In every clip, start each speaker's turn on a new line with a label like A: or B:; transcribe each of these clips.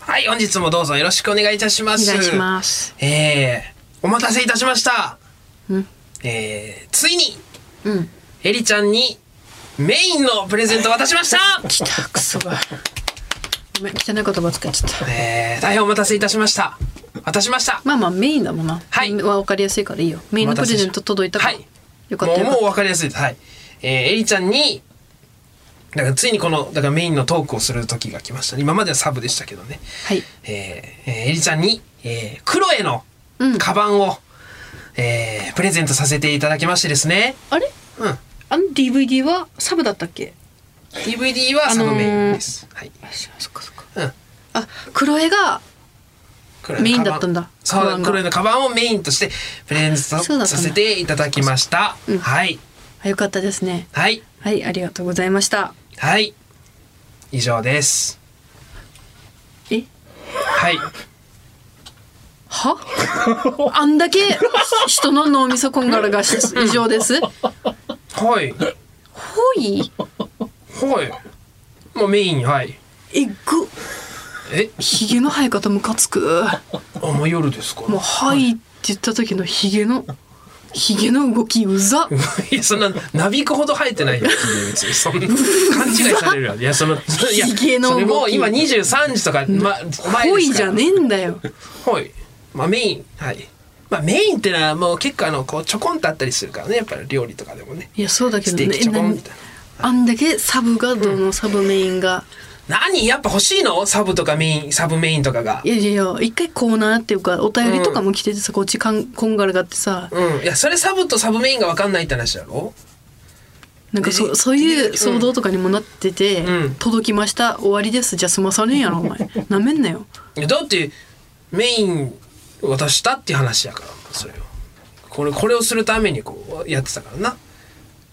A: はい、本日もどうぞよろしくお願いいたしま
B: お
A: す。
B: 願いします。
A: えー、お待たせいたしました。
B: うん
A: えー、ついに、
B: うん。
A: エリちゃんに、メインのプレゼントを渡しました
B: 来た、クソが。ごめん、汚い言葉使っちゃった。
A: えー、大変お待たせいたしました。渡しました。
B: まあまあ、メインだもんな。
A: はい
B: メインは分かりやすいからいいよ。メインのプレゼント届いたから。
A: はい
B: よかっ
A: も
B: た
A: う、
B: よ
A: も
B: かっ
A: う分かりやすいです。はい。えー、エリちゃんに、だからついにこの、だからメインのトークをする時が来ました、ね。今まではサブでしたけどね。
B: た。はい。
A: えー、えーエリちゃんに、えー、クロエの
B: うん、
A: カバンを、えー、プレゼントさせていただきましてですね。
B: あれ
A: うん。
B: あの DVD はサブだったっけ
A: DVD はサブメインです。はい。
B: あそっかそっか。
A: うん。
B: あ、黒絵が、
A: クロエの
B: メイン
A: カバ
B: だったんだ
A: そ
B: カバン
A: う、
B: が
A: クロエのカバンをメインとしてプレゼント
B: あそうだったんだ
A: させていただきました。
B: うん
A: はい。
B: あよかったですね。
A: はい。
B: はい、ありがとうございました。
A: はい。以上です。
B: え
A: はい。
B: はあんだけ人の脳みそこんがらがし異常 です。ほ
A: はい。
B: い
A: はい。もうメイン、はい。
B: えぐ
A: え
B: ひげの生え方ムカつく。
A: あ、もう夜ですか
B: もう「はい」って言った時のヒゲのヒゲの動きうざ
A: いや、そんな、なびくほど生えてないよ、別に。そんな、勘違いされるよ。いや、その、いや、
B: ひげの動き
A: それもう今23時とか、ま、前ですから。
B: 恋じゃねえんだよ
A: はい。まあメイン、はい。まあメインってのはもう結構あの、こう、ちょこんとあったりするからね、やっぱり料理とかでもね。
B: いやそうだけ
A: ス
B: ど
A: テー
B: ね
A: キちょこんみ
B: 何
A: たいな。
B: あんだけサブがどのサブメインが、
A: 何やっぱ欲しいのサブとかメイン、サブメインとかが。
B: いやいやいや一回コーナーっていうかお便りとかも来ててさこっちかんこんがらがってさ
A: うん。いや、それサブとサブメインが分かんないって話だろ
B: なんか
A: え
B: そそういう騒動とかにもなってて「
A: うん
B: 届きました終わりです」じゃ済まされんやろお前なめんなよ
A: いやだって、メイン渡したっていう話やから、それを。これ、これをするためにこう、やってたからな。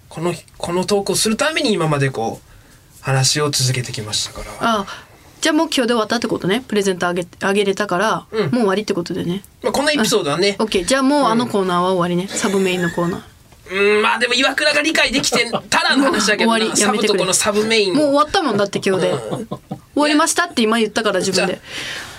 A: この、この投稿するために今までこう、話を続けてきましたから。
B: ああじゃあもう今日で終わったってことねプレゼントあげあげれたから、
A: うん
B: もう終わりってことでね
A: まあ、このエピソードはね
B: オ、ッケーじゃあもうあのコーナーは終わりね、サブメインのコーナー
A: うん、まあでも岩倉が理解できてたらの話だけど
B: も
A: な、
B: う終わりや
A: サ
B: め
A: ブ
B: てくれ
A: とこのサブメイン
B: もう終
A: を。
B: わったもんだって今日で、終わりましたって今言ったから自分で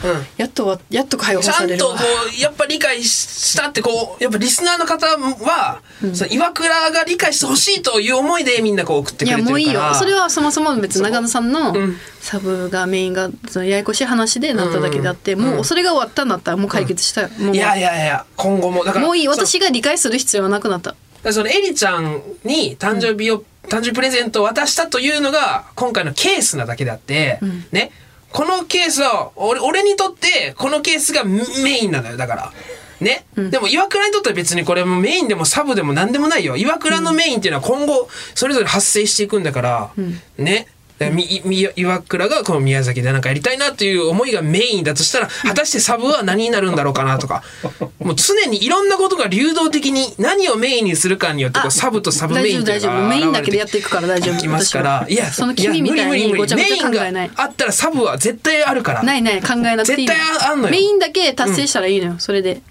A: うん
B: やっとわやっと解放
A: ちゃ
B: され
A: ん
B: る
A: とこ
B: わ
A: う、やっぱ理解したってこう、やっぱリスナーの方は、その岩倉が理解してほしいという思いでみんなこう送って
B: い
A: くれて
B: や
A: るから。
B: もういいよそれはそもそも別に長野さんの
A: うん
B: サブがメインがそのややこしい話でなっただけであって、
A: うん
B: もうそれが終わったんだったらもう解決したよ、もう
A: いやいやいや、今後も。だから、
B: もういい
A: その
B: 私が理解する必要はなくなった
A: だからそのエリちゃんに誕生日を、誕生日プレゼントを渡したというのが今回のケースなだけであって、
B: うん
A: ねこのケースは俺俺にとってこのケースがメインなのよだから。ね、
B: うん
A: でも岩倉にとっては別にこれもメインでもサブでも何でもないよ岩倉のメインっていうのは今後それぞれ発生していくんだから、
B: うん
A: ねだからみみ岩倉がこの宮崎でなんかやりたいなという思いがメインだとしたら果たしてサブは何になるんだろうかなと かもう常にいろんなことが流動的に何をメインにするかによってこう
B: あ
A: サブとサブメ
B: 大
A: イ
B: 丈
A: ン
B: 夫
A: というの
B: 大丈夫
A: が
B: メインだけでや
A: 現
B: っていくから大丈
A: れ
B: 夫
A: てきますからいや
B: その
A: いや
B: 君みた
A: 無理無理
B: いに
A: 無
B: ご
A: 理
B: ちゃごちゃ考
A: メイ
B: え
A: ン
B: ない
A: があったらサブは絶対あるから
B: ないない考えなくていいの
A: 絶対あんのよ
B: メインだけ達成したらいいのよ、それで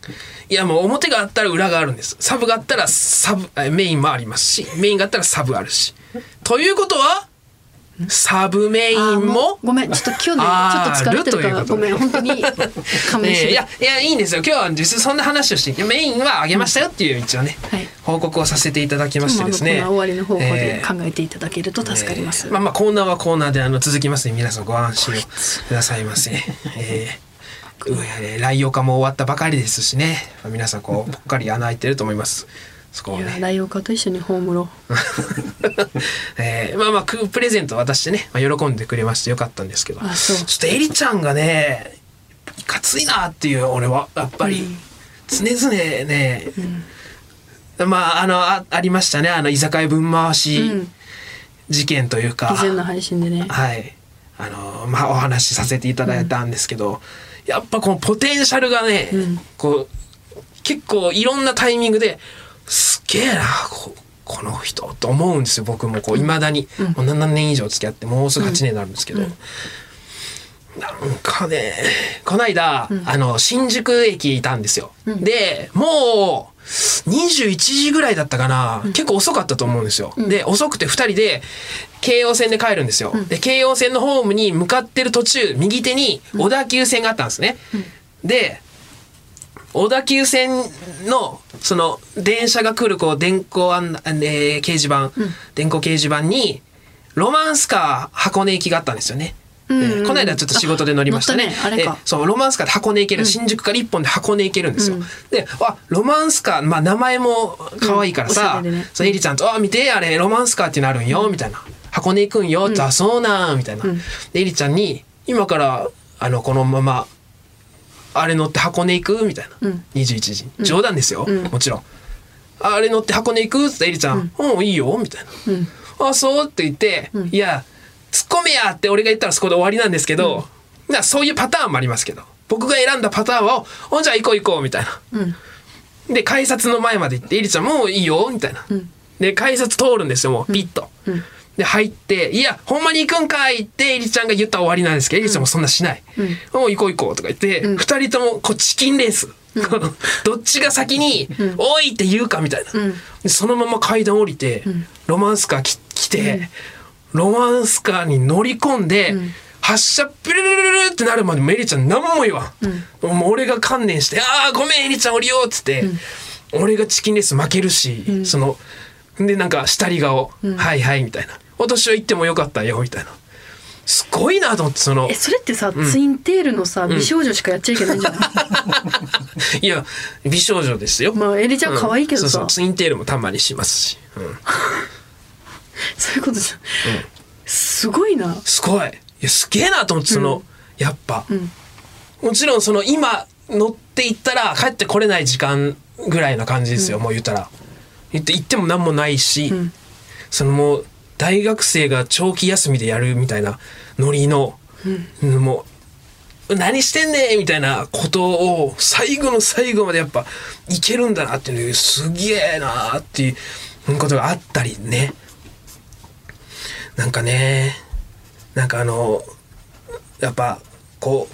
A: いやもう表があったら裏があるんですサブがあったらサブえメインもありますしメインがあったらサブあるしということはサブメインも
B: あごめんちょっと今
A: あ
B: 日ね
A: ー
B: ちょっと疲れてるから
A: るということ
B: ご
A: で
B: めん本当に勘弁して
A: えー
B: く
A: い
B: れ
A: やいやいいんですよ今日は実際そんな話をしていやメインはあげましたよっていう一応ね、
B: はい
A: 報告をさせていただきましてですね
B: もうあのコーナー終わりの方法
A: え
B: で
A: ー
B: 考えていただけると助かります、
A: えーまあまあコーナーはコーナーであの続きますね皆さんご安心をくださいませ。えーうえーライオカも終わったばかりですしね皆さん こうぽっかり穴開いてると思いますそこを
B: いや
A: ね、
B: ライオンカと一緒に葬ろう
A: えーまあまあくプレゼント渡してね、まあ、喜んでくれましてよかったんですけど
B: あそう
A: ちょっとエリちゃんがねいかついなっていう俺はやっぱり
B: うん
A: 常々ね、まああのあありましたねあの居酒屋ぶん回
B: うん
A: し事件というか、
B: 以前の配信でね
A: はい。あの、まあ、お話しさせていただいたんですけど、やっぱこのポテンシャルがね、
B: うん
A: こう、結構いろんなタイミングで、すげえな、ここの人と思うんですよ、僕もこう、未だに。
B: うん
A: もう7年以上付き合って、もうすぐ8年になるんですけど。
B: うん
A: なんかね、こないだ、
B: ん
A: あの、新宿駅いたんですよ。
B: うん
A: で、もう、21時ぐらいだったかな、結構遅かったと思うんですよ。
B: ん
A: で、遅くて2人で、京王線で帰るんですよ、で京王線のホームに向かってる途中右手に小田急線があったんですね、で小田急線のその電車が来るこう電光案、えー、掲示板、電光掲示板にロマンスカー箱根行きがあったんですよね。
B: うんうん
A: えーこの間ちょっと仕事で乗りましたね
B: あ乗ったねあれか
A: えーそうロマンスカーって箱根行ける、新宿から一本で箱根行けるんですよ、であロマンスカー、まあ、名前も可愛いからさ、
B: うんおしゃれでね
A: そうエリちゃんと「あ見てあれロマンスカーってなるんよ」みたいな「箱根行くんよ」って「あそうなん」みたいな、でエリちゃんに「今からあのこのままあれ乗って箱根行く?」みたいな、21時に冗談ですよ、もちろん「ああれ乗って箱根行く?」って言ったエリちゃん「うん、いいよ」みたいな「あそう?」って言って「いや突っ込めや!」って俺が言ったらそこで終わりなんですけど、なそういうパターンもありますけど僕が選んだパターンは「おじゃあ行こう行こう」みたいな。で改札の前まで行って「エリちゃんもういいよ」みたいな、で改札通るんですよもうピッと、で入って「いやほんまに行くんかい」ってエリちゃんが言ったら終わりなんですけど、エリちゃんもそんなしない「もう行こう行こう」とか言って、二人ともこうチキンレース、この どっちが先に「おい!」って言うかみたいな、でそのまま階段降りて、ロマンスカーき来て、ロマンスカーに乗り込んで、発車ピルルルルルってなるまでもエリちゃん何も言わん、もう俺が観念して「ああごめんエリちゃん降りよう」っつって、俺がチキンレース負けるし、そのでなんか下り顔「はいはい」みたいな「私は行ってもよかったよ」みたいなすごいなと思ってその
B: えそれってさ、ツインテールのさ美少女しかやっちゃいけないん じゃない、
A: いや美少女ですよ。
B: まあエリちゃん可愛いけどさ、
A: うんそうそうツインテールもたまにしますし、うん、
B: そういうことじゃ、すごいな
A: すごいいやすげえなと思ってその、やっぱ、もちろんその今乗っていったら帰ってこれない時間ぐらいの感じですよ、もう言ったら言って行っても何もないし、そのもう大学生が長期休みでやるみたいなノリの、もう何してんねんみたいなことを最後の最後までやっぱいけるんだなっていうすげえなっていうことがあったりねなんかねなんかあのやっぱこ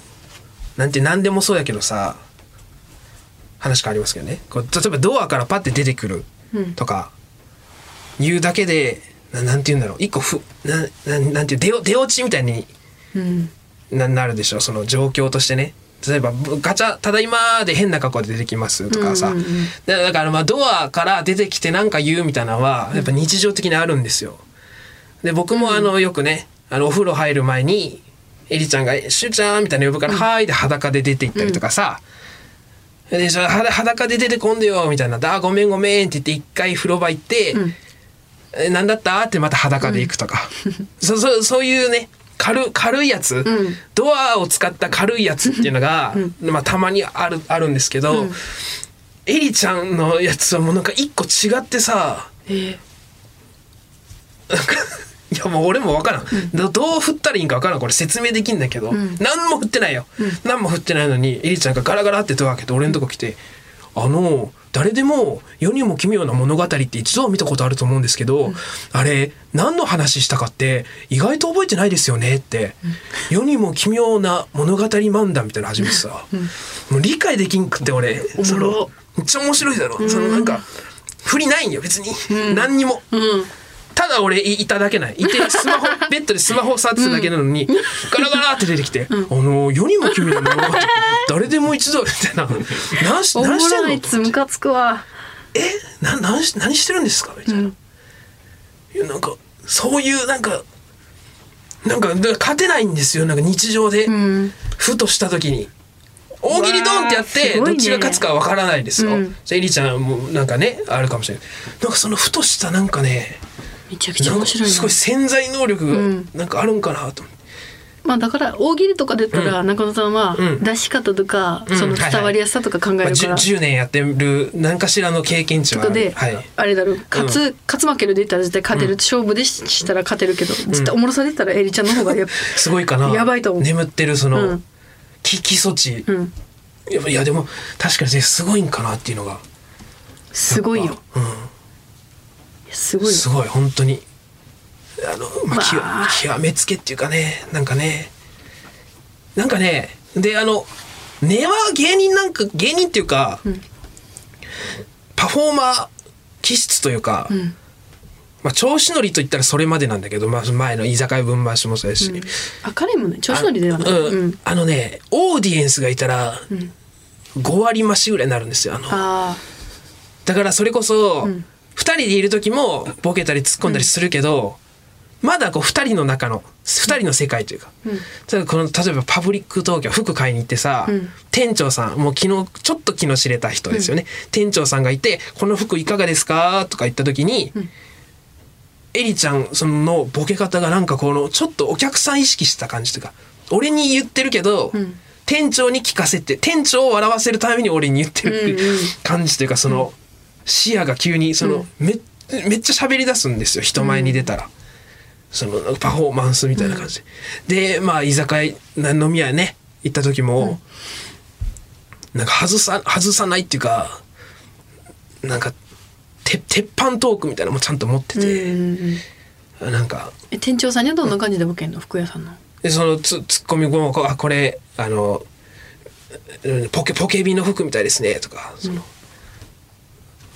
A: うなんて何でもそうやけどさ話変わりますけどねこう例えばドアからパッて出てくるとか、言うだけでななんて言うんだろう一個ふなななんていう出お出落ちみたいにななるでしょその状況としてね例えばぶガチャ「ただいま」で変な格好で出てきますとかさ、だだからまあドアから出てきてなんか言うみたいなのはやっぱ日常的にあるんですよ。で僕もあのよくねあのお風呂入る前にエリちゃんが「シュウちゃん」みたいな呼ぶから「はーい」で裸で出て行ったりとかさ、でそれは裸で出てこんでよみたいな「あーごめんごめん」って言って一回風呂場行って「え何だった?」ってまた裸で行くとか、そそそういうね軽軽いやつ、ドアを使った軽いやつっていうのが、まあ、たまにあるあるんですけど、エリちゃんのやつはもうなんか一個違ってさ
B: え
A: いやもう俺も分からん、どどう振ったらいいんか分からんこれ説明できんだけど、何も振ってないよ、何も振ってないのにエリちゃんがガラガラってドア開けて俺のとこ来て「あの誰でも世にも奇妙な物語って一度は見たことあると思うんですけど、あれ何の話したかって意外と覚えてないですよね」って、世にも奇妙な物語漫談みたいなの始めてさ、もう理解できんくって俺
B: お
A: そ
B: も
A: の
B: ろ
A: めっちゃ面白いだろ、そのなんか振りないんよ別に、何にも。ただ俺いいただけないいてス マホベッドでスマホ触ってただけなのに、ガラガラって出てきて「あの世にも奇妙な物語誰でも一度」みたいな「何し
B: おも
A: 何してん
B: ろい
A: の?
B: っつムカつくわ
A: え」な何し何してるんですか?」みたいな、いやなんかそういうなんかなんかだから勝てないんですよなんか日常で、
B: うん
A: ふとした時に大喜利ドンってやっ
B: うわー
A: て、
B: すごい
A: ど
B: ね
A: っちが勝つかわからないですよ、
B: うん
A: じゃあエリちゃんもなんかねあるかもしれないなんかそのふとしたなんかね
B: めちゃくちゃ面白い
A: なんかすごい潜在能力
B: ん
A: がなんかあるんかなと思って、
B: まあだから大喜利とかで言ったら中野さんは
A: うん
B: 出し方とか
A: うん
B: その
A: はいはい
B: 伝わりやすさとか考える
A: ま
B: か
A: あ、10,
B: ら
A: 10年やってる何かしらの経験値
B: と
A: はあ
B: か
A: る
B: で
A: はい、
B: あれだろう勝つ勝つ負けるで言ったら絶対勝てる勝負でしたら勝てるけど絶対おもろさで言ったらエリちゃんの方がやっ
A: すごいかな
B: やばいと思う
A: 眠ってるその、
B: うん
A: 危機措置、
B: ぱうん
A: いやいやでも確かにすごいんかなっていうのが
B: すごいよいやすごいよ
A: すごい本当にあの、まあ
B: まあ
A: 極極めつけっていうかねなんかねなんかねであの根は芸人なんか芸人っていうか、パフォーマー気質というか、まあ、調子乗りと言ったらそれまでなんだけど、まあ、前の居酒屋分回しもそうやし、
B: 明るいもんね調子乗りではない、
A: あうん
B: うん、
A: あのねオーディエンスがいたら5割増しぐらいになるんですよあの
B: あ
A: だからそれこそ、
B: ん
A: 二2人でいる時もボケたり突っ込んだりするけど、まだこう2人の中の2人の世界というか、
B: ん
A: ただこの例えばパブリック東京服買いに行ってさ、
B: うん
A: 店長さんもう昨日ちょっと気の知れた人ですよね、店長さんがいて「この服いかがですか?」とか言った時に、エリちゃんそのボケ方がなんかこのちょっとお客さん意識した感じというか俺に言ってるけど、
B: ん
A: 店長に聞かせて店長を笑わせるために俺に言ってるっていう
B: うんうん
A: 感じというかその、視野が急にその、めめっちゃ喋り出すんですよ人前に出たら、そのパフォーマンスみたいな感じで、でまあ居酒屋な飲み屋ね行った時も、なんか外さ外さないっていうかなんかて鉄板トークみたいなのもちゃんと持って
B: あうん
A: て、
B: うんうん
A: なんか
B: え店長さんにはどんな感じでボケんの服屋さんの
A: でそのツツッコミもこうあこれあのうんポケポケビの服みたいですねとかその、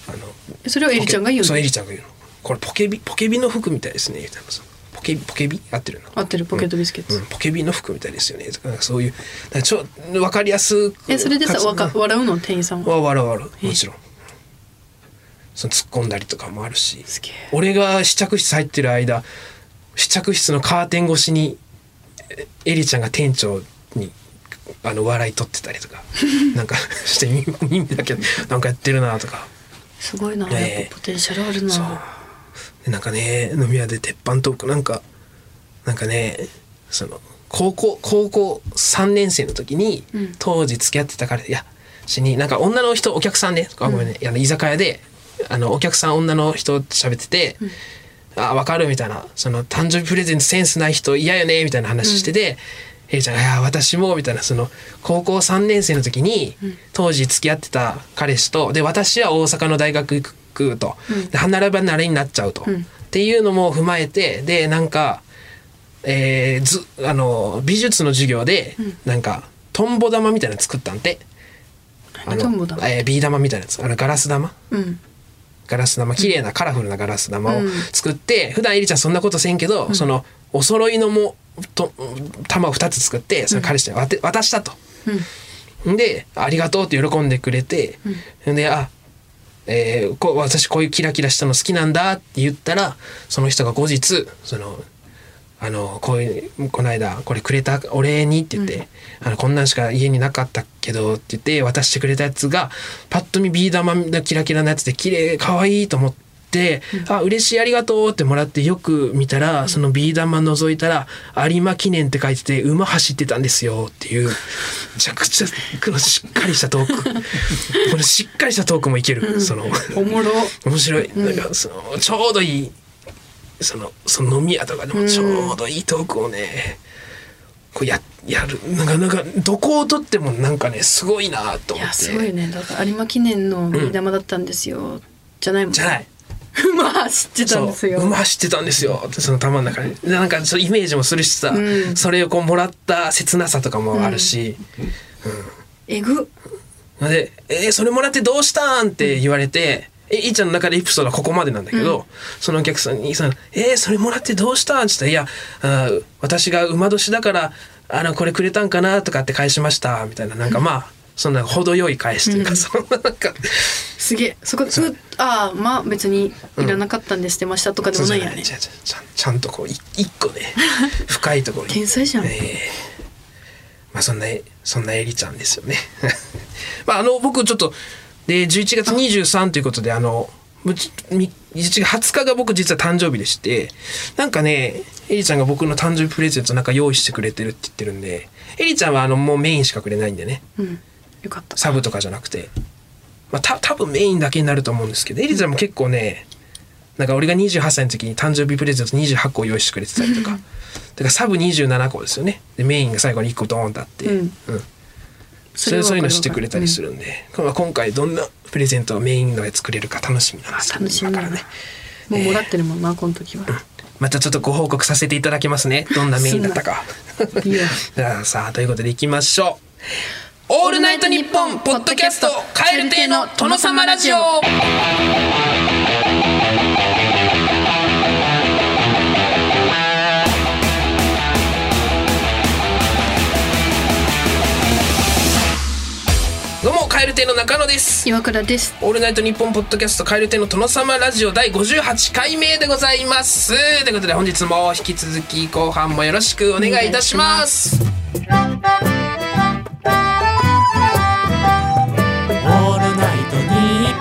A: あの
B: えそれをエリちゃんが言う
A: そ
B: の
A: エリちゃんが言うのこれポケビポケビの服みたいですねみたいなそのポケポケビ合ってるの
B: 合ってるポケットビスケッツ、
A: うん、ポケビの服みたいですよねとかなんかそういうなんかちょ分かりやすく
B: えそれでさ
A: かつ
B: わか笑うの店員さんは
A: わ笑う笑うもちろんその突っ込んだりとかもあるし
B: すげえ
A: 俺が試着室入ってる間試着室のカーテン越しにえエリちゃんが店長にあの笑い取ってたりと かなんかして耳 だけなんかやってるなとか
B: すごいな、
A: ねえ
B: やっぱポテンシャルある
A: そう
B: な
A: でなんかね飲み屋で鉄板トークなんかなんかねその高校高校3年生の時に、
B: うん
A: 当時付き合ってた彼いやしになんか女の人お客さんねあごめんね、いや居酒屋であのお客さん女の人と喋ってて、あ分かるみたいなその誕生日プレゼントセンスない人嫌よねみたいな話してて、えいちゃんが「いや私も」みたいなその高校3年生の時に当時付き合ってた彼氏とで私は大阪の大学行くと、で離れ離れになっちゃうと、
B: ん
A: っていうのも踏まえてでなんか、えーずあの美術の授業でなんかトンボ玉みたいなの作ったんで、あの
B: トンボ玉
A: えービー玉みたいなやつあのガラス玉
B: うん
A: ガラス玉綺麗なカラフルなガラス玉を
B: うん
A: 作って、普段エリちゃんそんなことせんけど、そのお揃いのもと玉を2つ作ってそれ彼氏に渡渡したと。
B: うん
A: で「ありがとう」って喜んでくれて、で「あえーこう私こういうキラキラしたの好きなんだ」って言ったらその人が後日そのあのこういうこの間これくれたお礼にって言って、あのこんなんしか家になかったけどって言って渡してくれたやつがパッと見ビー玉のキラキラなやつで綺麗可愛いと思って「あ嬉しいありがとう」ってもらってよく見たらそのビー玉覗いたら「有馬記念」って書いてて馬走ってたんですよっていうめちゃくちゃこのしっかりしたトークこのしっかりしたトークもいけるその
B: おもろ
A: 面白い、なんかそのちょうどいいそのその飲み屋とかでもちょうどいいトークをね、こうややるなかなかどこをとってもなんかねすごいなと思
B: い
A: っ
B: や
A: て
B: すごいねだから有馬記念のビー玉だったんですよ、じゃないもん
A: じゃない
B: まあ知ってたんですよ
A: そう馬走ってたんですよってその玉の中にでなんかそうイメージもするしさ、
B: うん
A: それをこうもらった切なさとかもあるし、
B: えぐ
A: で「えーそれもらってどうしたん?」って言われて、えいーちゃんの中でエピソードはここまでなんだけど、そのお客さんにその「えーそれもらってどうしたん?」って言ったら「いやあー私が馬年だからあのこれくれたんかな」とかって返しましたみたいななんかまあそんな程よい返しというか、そんななんか
B: すげえそこうああまあ別にいらなかったんです出ましたとかでもないや
A: そう
B: ね
A: じゃないちゃんちゃんちゃんとこうい一個ね深いところに
B: 天才じゃん
A: ええまあそんなそんなエリちゃんですよね まああの僕ちょっとで11月23ということであのむちみ11月20日が僕実は誕生日でしてなんかねエリちゃんが僕の誕生日プレゼントなんか用意してくれてるって言ってるんでエリちゃんはあのもうメインしかくれないんでね
B: うんよかった
A: サブとかじゃなくて、まあ、た多分メインだけになると思うんですけどエリちゃんも結構ねなんか俺が28歳の時に誕生日プレゼント28個用意してくれてたりとかだからサブ27個ですよねでメインが最後に1個ドーンとあって、
B: うん
A: それ
B: は
A: そういうの
B: わかるわかる
A: してくれたりするんで、まあ今回どんなプレゼントをメインのやつくれるか楽しみなんですけど
B: 楽しみ
A: 今
B: だ
A: から
B: な
A: ね
B: もうもらってるもんなこの時 は
A: またちょっとご報告させていただきますねどんなメインだったか
B: いいよ
A: じゃあさあということでいきましょう「オールナイトニッポン」ポッドキャスト「蛙亭の殿様ラジオ」どうも蛙亭の中野です
B: 岩倉です
A: オールナイトニッポンポッドキャスト蛙亭の殿様ラジオ第58回目でございますということで本日も引き続き後半もよろしくお願いいたします
C: オールナイトニッ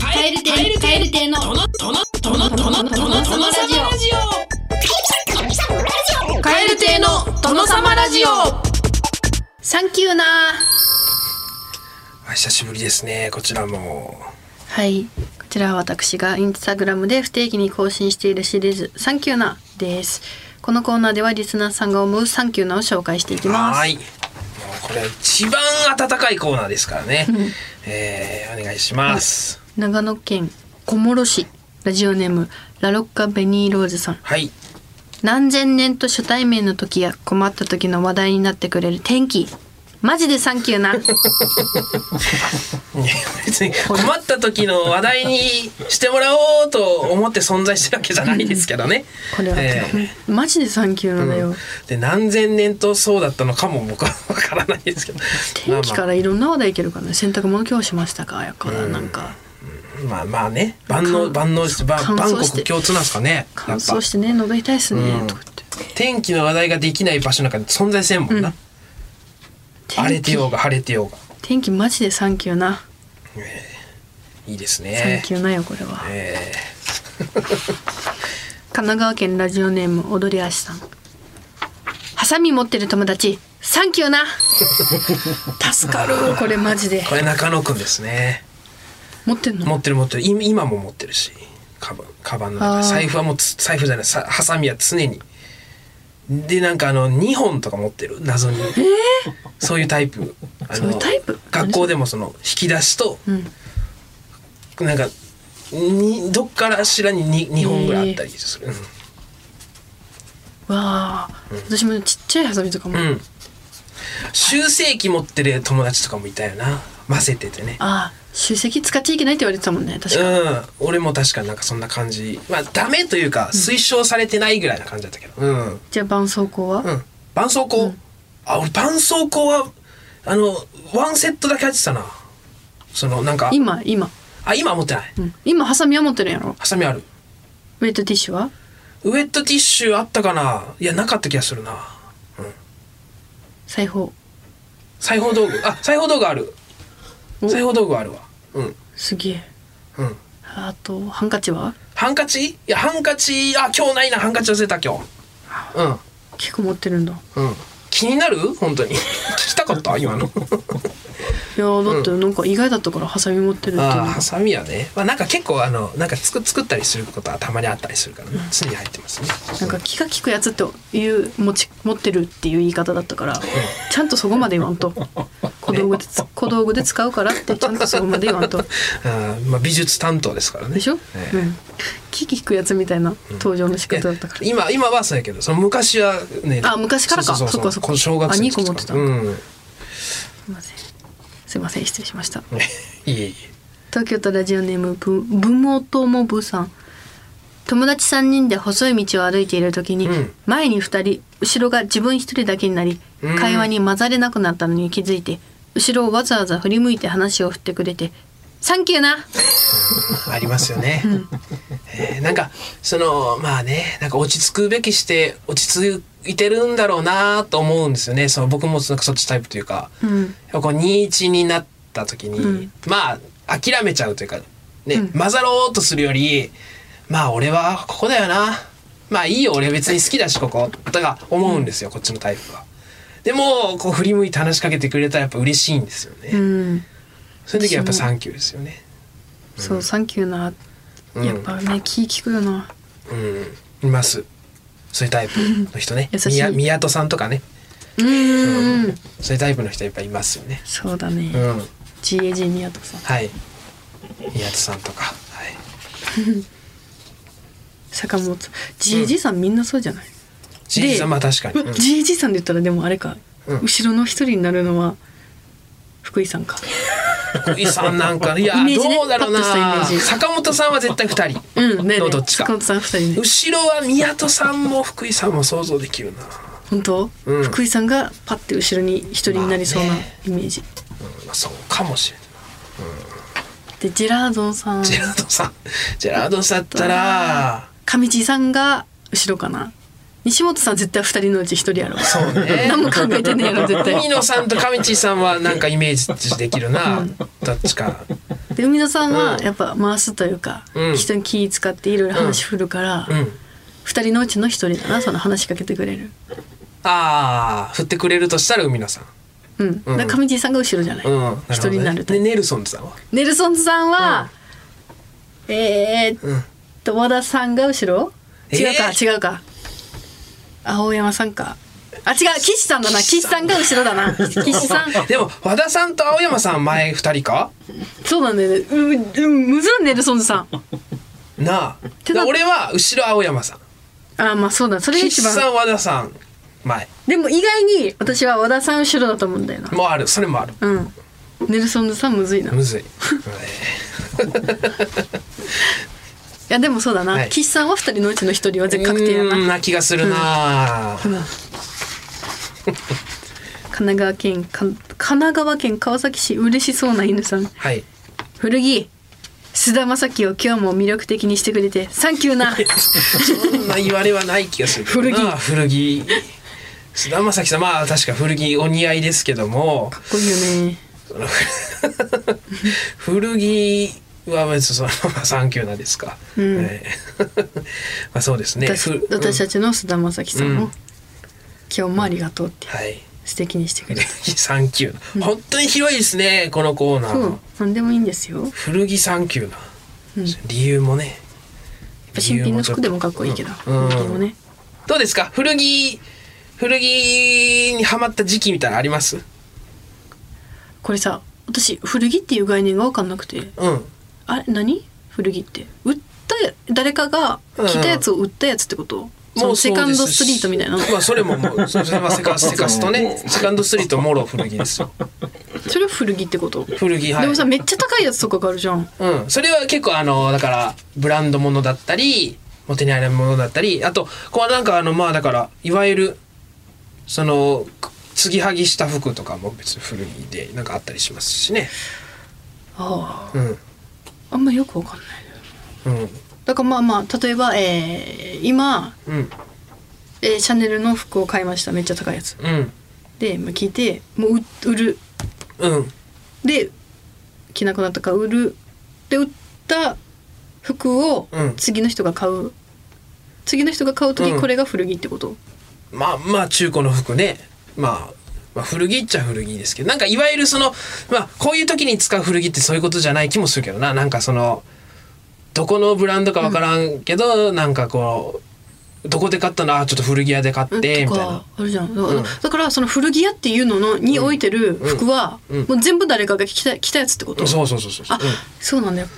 B: カエル亭カエル亭のトノトノトノトノトノトノラジオカエル亭の殿様ラジオサンキューな
A: あ久しぶりですねこちらも
B: はいこちらは私がインスタグラムで不定期に更新しているシリーズサンキューなですこのコーナーではリスナーさんが思うサンキューなを紹介していきます
A: はーいもうこれは一番温かいコーナーですからね えー、お願いします
B: 長野県小諸市ラジオネームラロッカベニーローズさん
A: はい
B: 何千年と初対面の時や困った時の話題になってくれる天気マジでサンキュー な
A: い や別に困った時の話題にしてもらおうと思って存在してるわけじゃないですけどね。
B: これは、
A: ええ
B: マジでサンキューなだよ、
A: で何千年とそうだったのかも僕は分からないですけど
B: 天気か
A: まあ
B: らいろんな話題いけるからね洗濯物今日しましたかやからなんか
A: まあ、まあまあね万能万能ば
B: 乾
A: 万
B: 燥して
A: 国共通なんですかねや
B: 乾
A: っ
B: 燥
A: ぱ
B: してね喉痛いっすね、
A: うん
B: とか言って
A: 天気の話題ができない場所なんか存在せんもんな、
B: うん
A: 荒れ
B: 天
A: て
B: 気
A: ようが晴れてようが
B: 天気マジでサンキューな、
A: いいです
B: サン
A: ね
B: キューなよこれは、
A: ええ
B: 神奈川県ラジオネーム踊り足さんハサミ持ってる友達サンキュ ーな助かるこれマジで
A: これ中野くんですね
B: 持ってんの
A: 持ってる持ってる今今も持ってるしカバンカバンの中
B: あ
A: に
B: ー
A: 財布はもうつ財布じゃないさハサミは常にでなんかあの2本とか持ってる謎に、そういうタイプあ
B: そういうタイプ
A: 学校でもその引き出しと、
B: ん
A: なんかにどっからしらに 2, 本ぐらいあったりする、
B: わあ、私もちっちゃいハサミとかも、
A: うんう
B: あ
A: ん修正器持ってる友達とかもいたよな混ぜててね
B: あ集積使っちゃいけないって言われてたもんね確か、
A: うん、俺も確かなんかそんな感じまあダメというか推奨されてないぐらいな感じだったけどうんうん
B: じゃあ絆創膏は、
A: 絆創膏、あ俺絆創膏はあのワンセットだけ入ってたなそのなんか
B: 今今、
A: あ今は持ってない
B: うん、今ハサミは持ってるんやろ
A: ハサミある
B: ウェットティッシュは
A: ウエットティッシュあったかないやなかった気がするな
B: 裁縫
A: 裁縫道具あ裁縫道具ある
B: お
A: 裁縫道具あるわうん
B: すげえ
A: うん
B: あとハンカチは
A: ハンカチいやハンカチあ今日ないなハンカチ忘れた今日うん
B: 結構持ってるんだい
A: うん気になる本当に 聞きたかった今の
B: やーだってなんか意外だったからハサミ持ってるっていうの
A: ああハサミはね、まあ、なんか結構あのなんかつく作ったりすることはたまにあったりするから、ね、常に入ってますね
B: なんか気が利くやつっていう持ち持ってるっていう言い方だったからちゃんとそこまで言わん と小道具でつ小道具で使うからってちゃんとそこまで言わんと
A: あーまあ、美術担当ですからね
B: でしょ、
A: ええ
B: うん、木引くやつみたいな登場の仕方だったから、
A: 今今はそうやけどその昔はね
B: あ昔からか
A: そうそうそう
B: そっかそっか
A: この小学生の時とか
B: あ二
A: うん
B: すいませんすいません失礼しました
A: いえいえ
B: 東京都ラジオネームぶ文もともぶさん友達3人で細い道を歩いている時に、
A: うん
B: 前に2人後ろが自分1人だけになり
A: うん
B: 会話に混ざれなくなったのに気づいて後ろをわざわざ振り向いて話を振ってくれて「サンキューな!
A: ありますよね、えーなんかそのまあねなんか落ち着くべきして落ち着いてるんだろうなと思うんですよねその僕もなんかそっちタイプというか、
B: うん
A: こう21になった時に、
B: うん
A: まあ諦めちゃうというかね、
B: うん
A: 混ざろうとするよりまあ俺はここだよなまあいいよ俺別に好きだしこことか思うんですよ、こっちのタイプは。でもこう振り向いて話しかけてくれたらやっぱ嬉しいんですよね。」
B: うん
A: そういう時はやっぱサンキューですよね。
B: そう「サンキューな」
A: うん
B: やっぱね気利くよな
A: うん、います。そういうタイプの人ね。
B: 優しい
A: 宮宮戸さんとかね、
B: うんうんうん
A: そういうタイプの人やっぱいますよね。
B: そうだね、
A: うん、
B: GAG 宮戸さん
A: はい。宮田さんとか、はい、
B: 坂本じいじさんみんなそうじゃない、
A: じいじさんまあ確かに、
B: う
A: う
B: わ
A: ん
B: じいじさんで言ったらでもあれか、
A: うん
B: 後ろの一人になるのは福井さんか
A: 福井さんなん かいや
B: イメージね
A: どうだろう
B: パッとしたイメ
A: な
B: ージ
A: 坂本さんは絶対2人
B: うんねえね
A: の
B: え
A: どっちか
B: 坂本さん二人ね
A: 後ろは宮戸さんも福井さんも想像できるな、
B: 本当、
A: うん
B: 福井さんがパッて後ろに一人になりそうな
A: まあ
B: イ
A: ね
B: メージ、
A: うんまあ、そうかもしれない
B: でジェラードンさん
A: ジェラードさんジェラードさんだったら
B: 上地さんが後ろかな西本さん絶対二人のうち一人やろ
A: そうね
B: 何も考えてねえやろ絶対
A: 海野さんと上地さんはなんかイメージできるな、どっちか
B: で海野さんは
A: うん
B: やっぱ回すというか、
A: うん
B: 人に気使っていろいろ話振るから、
A: う
B: 二
A: ん
B: 人のうちの一人だなその話しかけてくれる
A: ああ振ってくれるとしたら海野さん
B: うん、
A: うん
B: だから上地さんが後ろじゃない
A: うんるほどね
B: 一、人になると
A: でネルソンズさんは
B: ネルソンズさんは、えー、っ
A: うん
B: と和田さんが後ろ
A: えー
B: 違うか、違うか青山さんかあ違う岸さんだな岸さんが後ろだな岸さん
A: でも和田さんと青山さん前2人か
B: そうなんだよねううんむずいネルソンズさん
A: なあ
B: てな
A: で俺は後ろ青山さん
B: あーまあそうだそれが
A: 岸
B: 一
A: さ
B: 番
A: ん和田さん前
B: でも意外に私は和田さん後ろだと思うんだよな
A: もあるそれもある
B: うんネルソンズさんむずいない
A: むずい
B: やでもそうだな、
A: はい
B: 岸さんは二人のうちの一人は絶対 確定や
A: うーん
B: な神
A: な気がするな、
B: 奈川県か神奈川県川崎市嬉しそうな犬さん
A: はい
B: 古着菅田将暉を今日も魅力的にしてくれてサンキュー な
A: そんな言われはない気がするけどな 古着菅田将暉さんまあ確か古着お似合いですけども
B: こういうね
A: 古着は別にそのまあサンキューなですか、
B: ん
A: え えまあそうですね
B: 私
A: ふ
B: 私
A: うん
B: たちの菅田将暉さんも、
A: うん
B: 今日もありがとうって
A: はい
B: 素敵にしてくれ
A: 古
B: て、
A: 着サンキューな本当に広いですねこのコーナー
B: そう何でもいいんですよやっ
A: 古着サンキューな、
B: うん
A: 理由もね
B: ぱ新品の服でもかっこいいけど、
A: うん
B: 本当にもね
A: どうですか古着古着にハマった時期みたいなのあります
B: これさ私古着っていう概念が分かんなくて
A: うん
B: あれ何古着って売った誰かが着たやつを売ったやつってこと、そのセカンドストリートみた いな
A: まあそれももうそれはセ カセカストねセカンドストリートもろ古着ですよ
B: それは古着ってこと
A: 古着はい
B: でもさめっちゃ高いやつとかがあるじゃん
A: うん、それは結構あのだからブランドものだったりもう手に入らないものだったりあとこうなんかあのまあだからいわゆるそのく継ぎはぎした服とかも別に古着でなんかあったりしますしね
B: あ
A: うん
B: ああんまよくわかんない
A: うん
B: だからまあまあ例えば、えー今、
A: うん
B: えーシャネルの服を買いましためっちゃ高いやつ
A: うん
B: で、まあ、聞いてもう売売る
A: うん
B: で着なくなったから売るで売った服を
A: うん
B: 次の人が買う、次の人が買う時
A: うん
B: これが古着ってこと、
A: まあまあ中古の服ね、まあ、まあ古着っちゃ古着ですけどなんかいわゆるその、まあ、こういう時に使う古着ってそういうことじゃない気もするけどななんかそのどこのブランドかわからんけど、なんかこうどこで買ったのあちょっと古着屋で買っ
B: うん
A: てみ
B: と
A: たいな
B: か。あるじゃんだから,、
A: うん
B: だからその古着屋っていうののに置いてる服は、
A: うんうん
B: もう全部誰かが着た着たやつってこと、
A: そうそうそうそう
B: あ、
A: う
B: そうなんだよ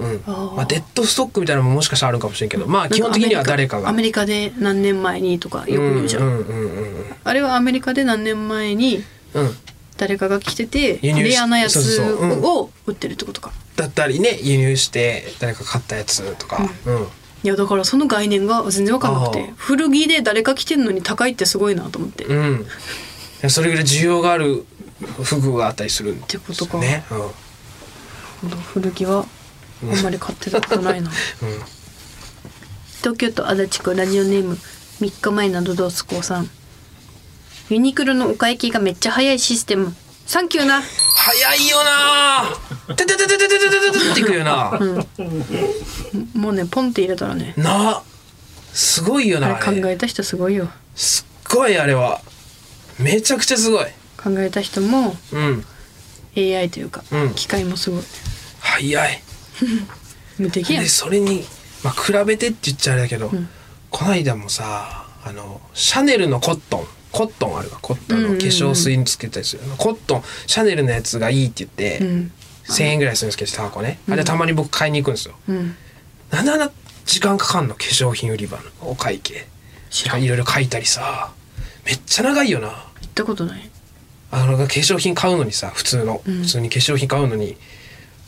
A: んうん
B: あー
A: まあ、デッドストックみたいなのももしかしたらあるかもしれんけどまあ基本的には誰かが
B: アメリカで何年前にとかよく言うじゃん、
A: うんうんうんうん
B: あれはアメリカで何年前に
A: うん
B: 誰かが着てて
A: 輸入し
B: レアなやつ
A: そうそうそううん
B: を売ってるってことか、
A: だったりね輸入して誰か買ったやつとか、うん
B: いやだからその概念が全然わかんなく
A: あ
B: て
A: ー
B: 古着で誰か着てんのに高いってすごいなと思って、
A: うん、それぐらい需要がある服があったりするんです
B: ってことか
A: ね。うん
B: 古着はあんまり買ってたことな いな、
A: ん
B: 東京都足立区ラジオネーム3日前などどうすこうさんユニクロのお会計がめっちゃ早いシステムサンキューな
A: 早いよな。ててててててててててっていくよな。
B: もうねポンって入れたらね
A: な、すごいよな。
B: あ
A: あ
B: れ
A: れ
B: 考えた人すごいよ
A: すっごいあれは。めちゃくちゃすごい。
B: 考えた人も
A: うん。
B: AI というか、
A: うん
B: 機械もすごい
A: 早い。
B: 無敵やん
A: でそれにまあ比べてって言っちゃあれだけど、こないだもさあのシャネルのコットンコットンあるわコットンあの
B: うんうん
A: 化
B: うん
A: 粧水につけたりする、コットンシャネルのやつがいいって言って、
B: うん
A: 1,000円ぐらいするんですけどタバコねあれたまに僕買いに行くんですよ、
B: うん
A: なんであんな時間かかんの化粧品売り場のお会計
B: 知らん
A: い
B: 行
A: ろいろ書いたりさめっちゃ長いよな
B: ったことない
A: あの化粧品買うのにさ普通の、普通に化粧品買うのに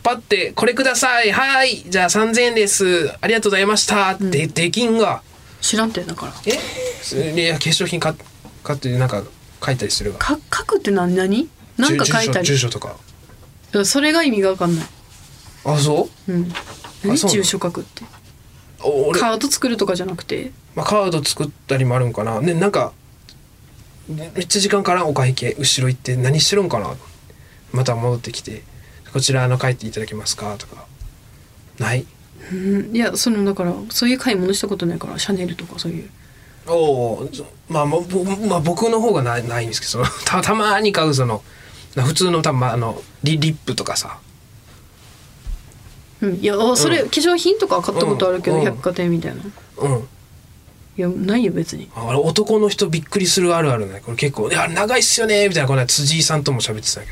A: パッて「これくださいはいじゃあ3,000円ですありがとうございました」ってでできんが
B: 知らんってだから
A: えそれでいや化粧品買っ買ってなんか書いたりするが
B: か書くって何何なんか書いた
A: 住所住所
B: り
A: とか
B: それが意味が分かんない
A: あそう
B: うん何
A: そうなの
B: 住所書くって
A: お俺
B: カード作るとかじゃなくて
A: まあ、カード作ったりもあるんかなねなんかねめっちゃ時間からんお会計後ろ行って何してるんかなまた戻ってきて「こちらあの帰っていただけますか?」とかない
B: うんいやそのだからそういう買い物したことないからシャネルとかそういう
A: おおまあ、まあぼまあ、僕の方がないないんですけどそ のたたまに買うそのな普通のたまあのリリップとかさ
B: うんいやあそれ、
A: うん
B: 化粧品とかは買ったことあるけど、
A: うん
B: 百貨店みたいない
A: うん
B: やないよ別に
A: あれ男の人びっくりするあるあるねこれ結構「いや長いっすよね」みたいなこの間辻井さんとも喋ってたけ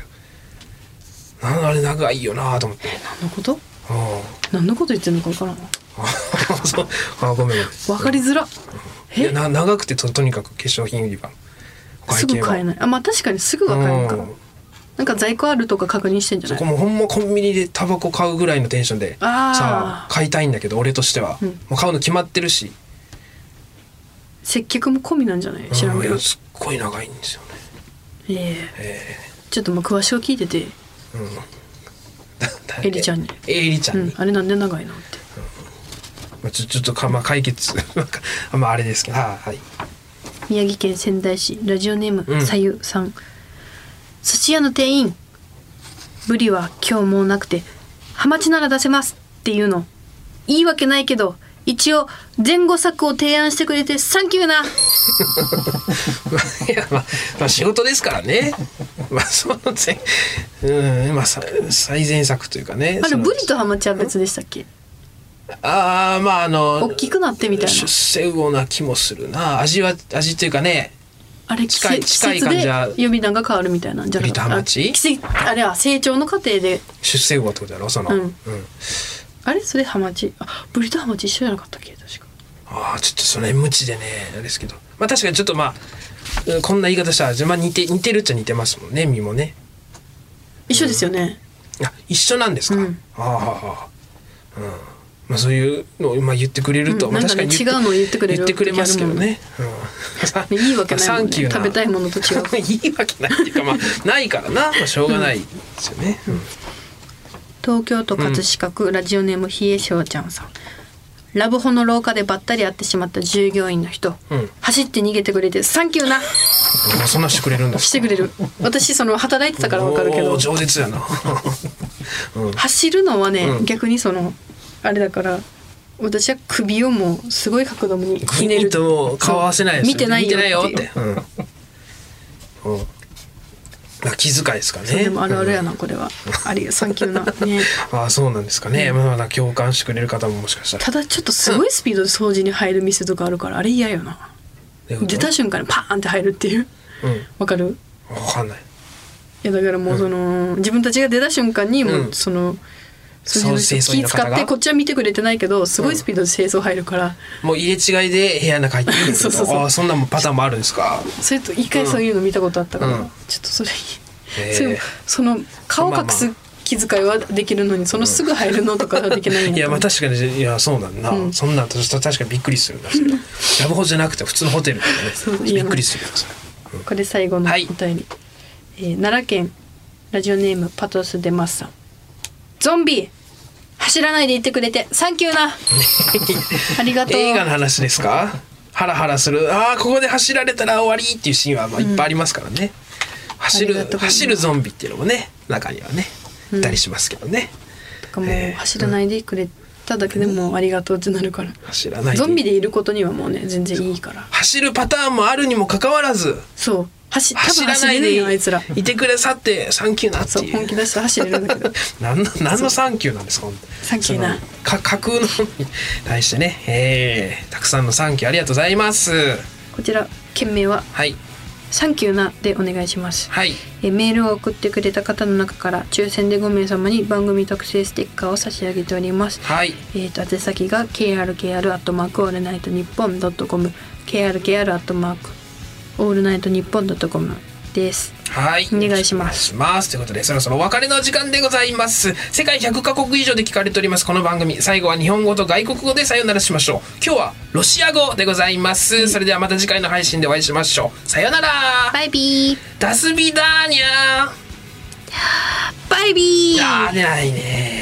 A: どなんあれ長いよなと思って
B: 何のこと
A: うん
B: 何のこと言ってんのか分からん
A: あそうあ ごめんごめん
B: 分かりづら
A: いや
B: え
A: な長くてととにかく化粧品売り場
B: すぐ買え
A: ない
B: ないあまあ確かにすぐは買えるか
A: うん
B: なんか在庫あるとか確認してんじゃ
A: そ
B: ない
A: こもうほんまコンビニでタバコ買うぐらいのテンションで
B: あー
A: さあ買いたいんだけど俺としては、
B: うん
A: もう買うの決まってるし
B: 接客も込みなんじゃない知らん
A: うん
B: け
A: い
B: ど
A: やすっごい長いんですよね
B: ええちょっとまあ詳しく聞いてて エリちゃんに
A: エリちゃ
B: うんん
A: に、
B: あれなんで長いのって
A: まあ、ちょちょっとか、まあ、解決 なんかまああれですけどはい はい
B: 宮城県仙台市ラジオネーム、
A: うん
B: さゆさん寿司屋の店員ブリは今日もうなくてハマチなら出せますっていうのいいわけないけど一応前後策を提案してくれてサンキューない
A: やまあ、まあ仕事ですからね まあその前うんまあさ最善策というかね
B: あれ
A: その
B: ブリとハマチは別でしたっけ
A: ああまああの
B: 大きくなってみたいな
A: 出世魚な気もするな味は味っていうかね
B: あれ
A: 近い
B: 季節
A: 近い感じは
B: 季節で呼び名が変わるみたいなんじゃなく
A: ブリ
B: て
A: とハマチ
B: あ季節あれは成長の過程で
A: 出世魚ってことだろその、
B: うんあれそれハマチあブリとハマチ一緒じゃなかったっけ確か
A: ああちょっとその無知でねあれですけどまあ確かにちょっとまあうんこんな言い方したら、まあ、似て似てるっちゃ似てますもんね身もね
B: 一緒ですよね、
A: あ一緒なんですか、
B: うん
A: ああああうんまあそういうのを、まあ、言ってくれると、
B: うん
A: まあ
B: なんか
A: 確
B: ね
A: かに言
B: 違うのを言ってくれ
A: 言
B: る
A: ってくれますけどね、うん
B: ねいいわけない
A: ま
B: もん
A: あサン
B: ね
A: キュー
B: 食べたいものと 違う
A: いいわけないっていうかまあないからな、まあ、しょうがないですよね、うん
B: 東京都葛飾区、ラジオネームひえしょうちゃんさんラブホの廊下でばったり会ってしまった従業員の人、
A: うん
B: 走って逃げてくれて「サンキューな!」
A: あそんなしてくれるんですか
B: してく れる私その働いてたからわかるけ
A: お
B: ど
A: ー饒舌やな
B: 走るのはね、
A: うん
B: 逆にそのあれだから私は首をもうすごい角度にひ
A: ひ
B: ね
A: ね
B: る
A: ると顔合わせないです
B: 見てないよ
A: 見てないよ
B: っ
A: って
B: い
A: て、うんうんまあ気遣いですか
B: そう
A: ね
B: でもあるあるや
A: な、
B: なこれはありサンキューなね
A: ああそうなんですかね、まあまだ共感してくれる方ももしかしたら
B: ただちょっとすごいスピードで掃除に入る店とかあるからあれ嫌よな
A: どういうこと
B: 出た瞬間にパーンって入るっていう
A: うん
B: わかる
A: 分かんない
B: いやだからもうその、自分たちが出た瞬間にも
A: う
B: うんその、掃除の人
A: 掃除清掃員
B: 気
A: の方が
B: 使ってこっちは見てくれてないけどすごいスピードで清掃入るから、
A: もう入れ違いで部屋の中入ってくる
B: そうそうそう
A: ああそんなもんパターンもあるんですか
B: それと一回そういうの見たことあったから、
A: うん
B: ちょっとそれ、
A: へえ
B: そうその顔隠す気遣いはできるのにそのすぐ入るのとかはできないん
A: い
B: だ
A: や
B: と
A: ま
B: 思
A: あ
B: う
A: 確かにいやそうなんだ、
B: うん
A: そんなん確かにびっくりするん だけどラブホじゃなくて普通のホテルだからね
B: そうい
A: び
B: や
A: っくりするよそれ
B: これ最後のお
A: はい
B: 便り、えー奈良県ラジオネームパトス・デマスさんゾンビ走らないでいてくれてサンキュー なありがとう
A: 映画の話ですかハラハラするああここで走られたら終わりっていうシーンはまあいっぱいありますからね、走
B: ありが
A: る
B: とうございます
A: 走るゾンビっていうのもね中にはねいたりしますけどね、
B: とかも
A: え
B: う
A: ー
B: 走らないでくれただけでもうありがとうってなるから、
A: 走らない
B: ゾンビでいることにはもうね全然いいから
A: 走るパターンもあるにもかかわらず
B: そう走多
A: 走
B: 分
A: ら
B: 走
A: な
B: れ
A: い
B: ないよ
A: で
B: あいつら
A: いてくれさってサンキューなって
B: そう
A: い
B: 本
A: う
B: 気出して走れるんだ けど
A: 何の何のサンキューなんですか本当に
B: サンキューな
A: そのか架空のに対してねえーたくさんのサンキューありがとうございます
B: こちら件名は
A: はい
B: 「サンキューなでお願いします。
A: はい
B: えメールを送ってくれた方の中から抽選で5名様に番組特製ステッカーを差し上げております。
A: はい
B: えー、と宛先が krkr アットマークオールナイトニッポンドットコム krkr アットマークオールナイトニッポンドットコムです。
A: はい
B: お願いします
A: しますということでそろそろお別れの時間でございます世界100カ国以上で聞かれておりますこの番組最後は日本語と外国語でさよならしましょう今日はロシア語でございますそれではまた次回の配信でお会いしましょうさよなら
B: バイビー
A: ダスビダーニャー
B: バイビー
A: あー出ないね